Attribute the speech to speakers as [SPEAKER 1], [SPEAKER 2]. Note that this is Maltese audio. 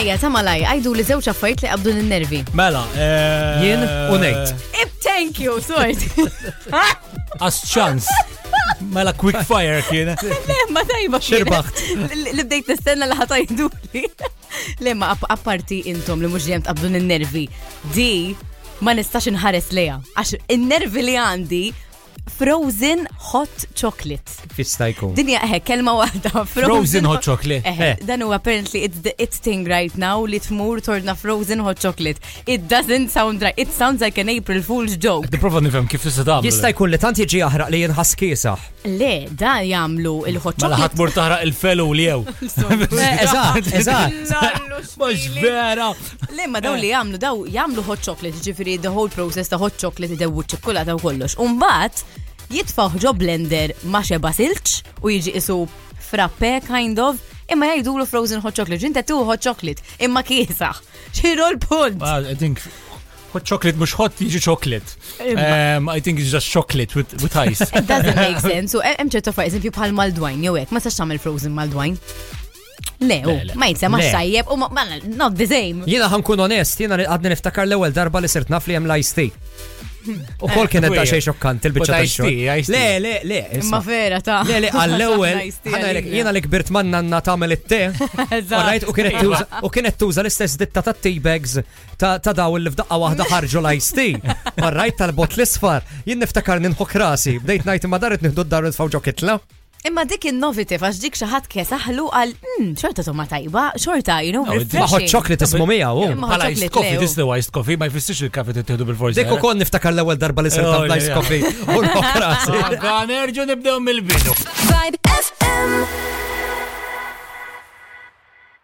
[SPEAKER 1] Ejja, ta' malaj, għajdu li zewċ affarijiet li qabdu n-nervi.
[SPEAKER 2] Mela, eh,
[SPEAKER 3] Jien u Nate.
[SPEAKER 1] Ib, thank you, Ah, sort.
[SPEAKER 2] As ċans. Mela quick fire kien.
[SPEAKER 1] Le, ma tajba. kien.
[SPEAKER 2] Xirbaħt.
[SPEAKER 1] Li- Li bdejt nistenna li ħatajdu li. Le, ma app- apparti intom li mux jem tqabdu n-nervi. Di, ma nistax nħares leja. Għax n-nervi li għandi Frozen hot chocolate.
[SPEAKER 3] Fistajku.
[SPEAKER 1] Dinja eħe, kelma waħda.
[SPEAKER 2] Frozen hot chocolate.
[SPEAKER 1] Eħe,
[SPEAKER 3] Eh.
[SPEAKER 1] dan huwa apparently it's the it thing right now li tmur torna frozen hot chocolate. It doesn't sound right. It sounds like an April Fool's joke.
[SPEAKER 2] Niprofa nifhem kif tista' tagħmel.
[SPEAKER 3] Jista' jkun li tant jiġi aħraq li jinħas kiesaħ.
[SPEAKER 1] Le, da jamlu il-hot
[SPEAKER 2] Mela ħadd
[SPEAKER 1] chocolate.
[SPEAKER 2] mur taħraq il-fellow li jew.
[SPEAKER 3] Eżatt, eżatt.
[SPEAKER 2] Mhux vera.
[SPEAKER 1] Le, ma daw li jamlu, daw jamlu hot chocolate, ġifiri the whole process ta' hot chocolate, id-dewu ċokolata u kollox. Umbat, jitfaw ġo blender ma xeba silċ u jiġi isu frappe kind of, imma jajdu lu frozen hot chocolate, ġinta tu hot chocolate, imma kiesaħ. ċiru l-punt.
[SPEAKER 2] Ah, I think hot chocolate mhux hot jiġi chocolate. Um, I think it's just chocolate with, with ice.
[SPEAKER 1] It doesn't make sense. U hemm ċertu for eżempju bħal mal-dwajn, jew hekk, ma sax tagħmel frozen mal-dwajn. Le, u
[SPEAKER 2] le.
[SPEAKER 1] ma jitsema
[SPEAKER 3] Le.
[SPEAKER 1] xajjeb u ma- ma not the same.
[SPEAKER 3] Jiena ħankun onest, jiena għadni niftakar l-ewwel darba li sirt naf li hemm l-IST. U kol kienet ta' xej xokkant
[SPEAKER 2] But
[SPEAKER 3] il-bicċa ta'
[SPEAKER 2] iced tea, iced tea.
[SPEAKER 3] Le, le, le.
[SPEAKER 1] Imma
[SPEAKER 3] isma.
[SPEAKER 1] vera ta'
[SPEAKER 3] Le, le, għall-ewel,
[SPEAKER 1] Nice tea
[SPEAKER 3] ħana
[SPEAKER 1] għalina.
[SPEAKER 3] jiena li kbirt manna nanna tagħmel it-te.
[SPEAKER 1] Eżatt.
[SPEAKER 3] Alright, u kienet tuża u kienet tuża l-istess ditta ta' tea bags ta' ta' daw li f'daqqa waħda ħarġu l-iced tea. Alright, tal-bot l-isfar, jien niftakar ninħok rasi. Bdejt ngħid imma daret nieħdu d-dar nitfgħu ġo kitla.
[SPEAKER 1] Imma dik innovative għax dik xi ħadd kes aħlu għal "Mm, xorta tomma tajba, xorta, you know,
[SPEAKER 2] No, dik-
[SPEAKER 3] Ma hot
[SPEAKER 1] refreshing.
[SPEAKER 3] chocolate ismu miegħu.
[SPEAKER 1] Imma hot
[SPEAKER 2] Bħala
[SPEAKER 1] chocolate,
[SPEAKER 2] iced coffee,
[SPEAKER 1] le, u-
[SPEAKER 2] this is the iced coffee, ma jfissirx il-kafe tittieħdu bil-forsi.
[SPEAKER 3] Dik ukoll niftakar l-ewwel darba li sirt
[SPEAKER 2] Oh,
[SPEAKER 3] ta'
[SPEAKER 2] yeah, Ah,
[SPEAKER 3] ice
[SPEAKER 2] yeah.
[SPEAKER 3] coffee. U nħok rasi.
[SPEAKER 2] Nerġu nibdew mill-bidu.
[SPEAKER 4] Vibe